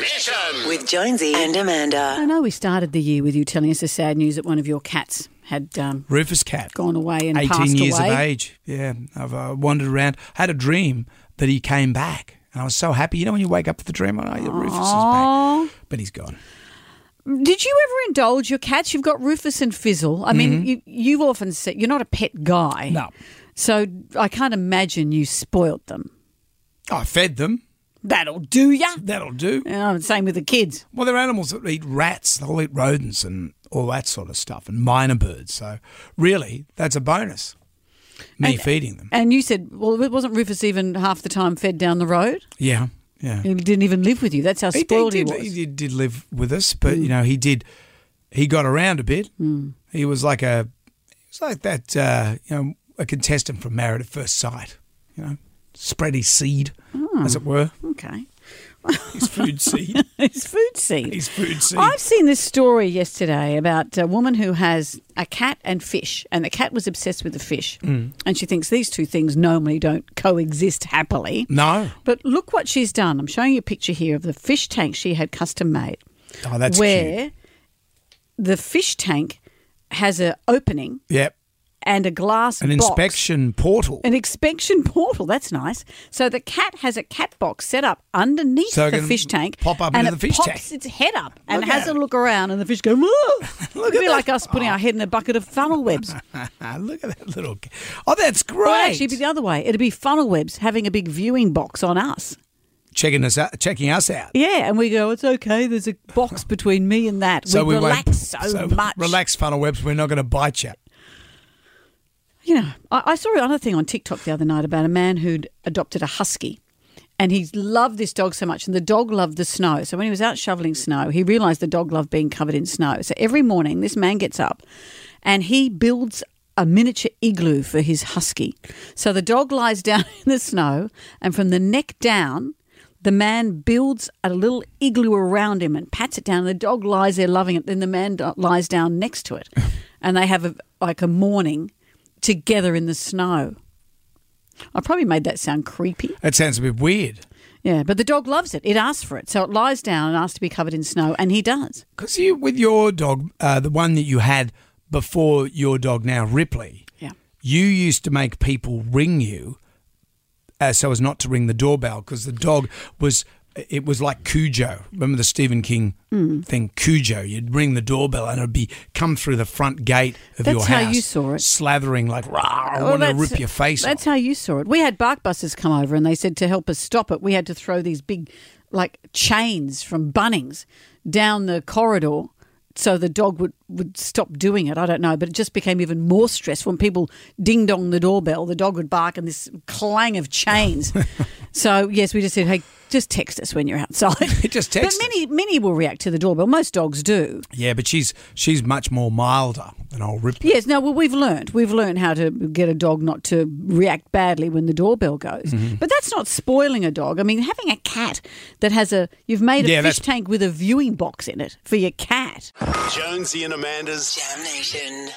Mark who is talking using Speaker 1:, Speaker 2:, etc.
Speaker 1: Mission.
Speaker 2: With Jonesy and Amanda.
Speaker 3: I know we started the year with you telling us the sad news that one of your cats had um,
Speaker 4: Rufus Cat.
Speaker 3: gone away and
Speaker 4: 18
Speaker 3: passed
Speaker 4: years
Speaker 3: away.
Speaker 4: of age. Yeah, I've uh, wandered around. I had a dream that he came back. And I was so happy. You know when you wake up with the dream, I know Rufus is back. But he's gone.
Speaker 3: Mm, Did you ever indulge your cats? You've got Rufus and Fizzle. I mean, you, you've often said you're not a pet guy.
Speaker 4: Mm-hmm. No.
Speaker 3: So I can't imagine you spoilt them.
Speaker 4: I fed them.
Speaker 3: That'll do ya.
Speaker 4: That'll do.
Speaker 3: And I'm the same with the kids.
Speaker 4: Well, they're animals that eat rats. They'll eat rodents and all that sort of stuff and minor birds. So really, that's a bonus. Me feeding them.
Speaker 3: And you said, well, it wasn't Rufus even half the time fed down the road?
Speaker 4: Yeah, yeah.
Speaker 3: He didn't even live with you. That's how
Speaker 4: He- he
Speaker 3: spoiled he,
Speaker 4: did-
Speaker 3: was. Mm.
Speaker 4: He did, did live with us, but you know, he did. He got around a bit. He was like a, he was like that, uh, you know, a contestant from Married at First Sight. You know, spread his seed,
Speaker 3: Ah.
Speaker 4: as it were,
Speaker 3: Okay.
Speaker 4: his food seed,
Speaker 3: It's food seed.
Speaker 4: his food seed.
Speaker 3: I've seen this story yesterday about a woman who has a cat and fish, and the cat was obsessed with the fish. Mm. And she thinks these two things normally don't coexist happily.
Speaker 4: no,
Speaker 3: But look what she's done. I'm showing you a picture here of the fish tank she had custom made,
Speaker 4: oh, that's cute.
Speaker 3: where the fish tank has an opening
Speaker 4: Yep,
Speaker 3: and a glass
Speaker 4: an
Speaker 3: box.
Speaker 4: inspection portal.
Speaker 3: An inspection portal. That's nice. So the cat has a cat box set up underneath
Speaker 4: So it
Speaker 3: the
Speaker 4: can
Speaker 3: fish tank.
Speaker 4: pop up
Speaker 3: and
Speaker 4: into
Speaker 3: it
Speaker 4: the fish
Speaker 3: pops
Speaker 4: tank.
Speaker 3: its head up and
Speaker 4: Look
Speaker 3: has
Speaker 4: at
Speaker 3: a
Speaker 4: it.
Speaker 3: look around, and the fish go. Whoa!
Speaker 4: Look
Speaker 3: It'd be
Speaker 4: at
Speaker 3: like
Speaker 4: that.
Speaker 3: us putting our head in a bucket of funnel webs.
Speaker 4: Ah, look at that little. ca- Oh, that's great.
Speaker 3: Well, actually, it'd be the other way. It'd be funnel webs having a big viewing box on us.
Speaker 4: checking us out, checking us out.
Speaker 3: Yeah, and we go. It's okay. There's a box between me and that. we,
Speaker 4: won't-
Speaker 3: relax so, much.
Speaker 4: Relax, funnel webs. We're not going to bite you.
Speaker 3: You know, I, I saw another thing on TikTok the other night about a man who'd adopted a husky. And he loved this dog so much, and the dog loved the snow. So when he was out shoveling snow, he realized the dog loved being covered in snow. So every morning, this man gets up and he builds a miniature igloo for his husky. So the dog lies down in the snow, and from the neck down, the man builds a little igloo around him and pats it down. And the dog lies there loving it. Then the man do- lies down next to it, and they have a, like a morning together in the snow. I probably made that sound creepy.
Speaker 4: That sounds a bit weird.
Speaker 3: Yeah, but the dog loves it. It asks for it. So it lies down and asks to be covered in snow, and he does.
Speaker 4: Because you, with your dog, uh, the one that you had before your dog now, Ripley,
Speaker 3: Yeah.
Speaker 4: you used to make people ring you uh, so as not to ring the doorbell because the dog was, it was like Cujo. Remember the Stephen King
Speaker 3: Mm.
Speaker 4: thing, Cujo? You'd ring the doorbell and it'd be come through the front gate of
Speaker 3: That's
Speaker 4: your
Speaker 3: how
Speaker 4: house.
Speaker 3: you saw it.
Speaker 4: Slathering like, rah, I
Speaker 3: Well,
Speaker 4: want to
Speaker 3: that's-
Speaker 4: rip your face
Speaker 3: That's
Speaker 4: off.
Speaker 3: how you saw it. We had bark buses come over and they said to help us stop it, we had to throw these big, like, chains from Bunnings down the corridor so the dog would, would stop doing it. I don't know, but it just became even more stressful when people ding dong the doorbell, the dog would bark and this clang of chains. so, yes, we just said, hey, just text us when you're outside.
Speaker 4: Just
Speaker 3: but
Speaker 4: text us.
Speaker 3: many, many will react to the doorbell. Most dogs do.
Speaker 4: yeah, but she's she's much more milder than old Ripley.
Speaker 3: Yes, no, well, we've learned. We've learned how to get a dog not to react badly when the doorbell goes.
Speaker 4: Mm-hmm.
Speaker 3: But that's not spoiling a dog. I mean, having a cat that has a, you've made a
Speaker 4: Yeah,
Speaker 3: fish
Speaker 4: that's-
Speaker 3: tank with a viewing box in it for your cat.
Speaker 1: Jonesy and Amanda's
Speaker 2: Damnation.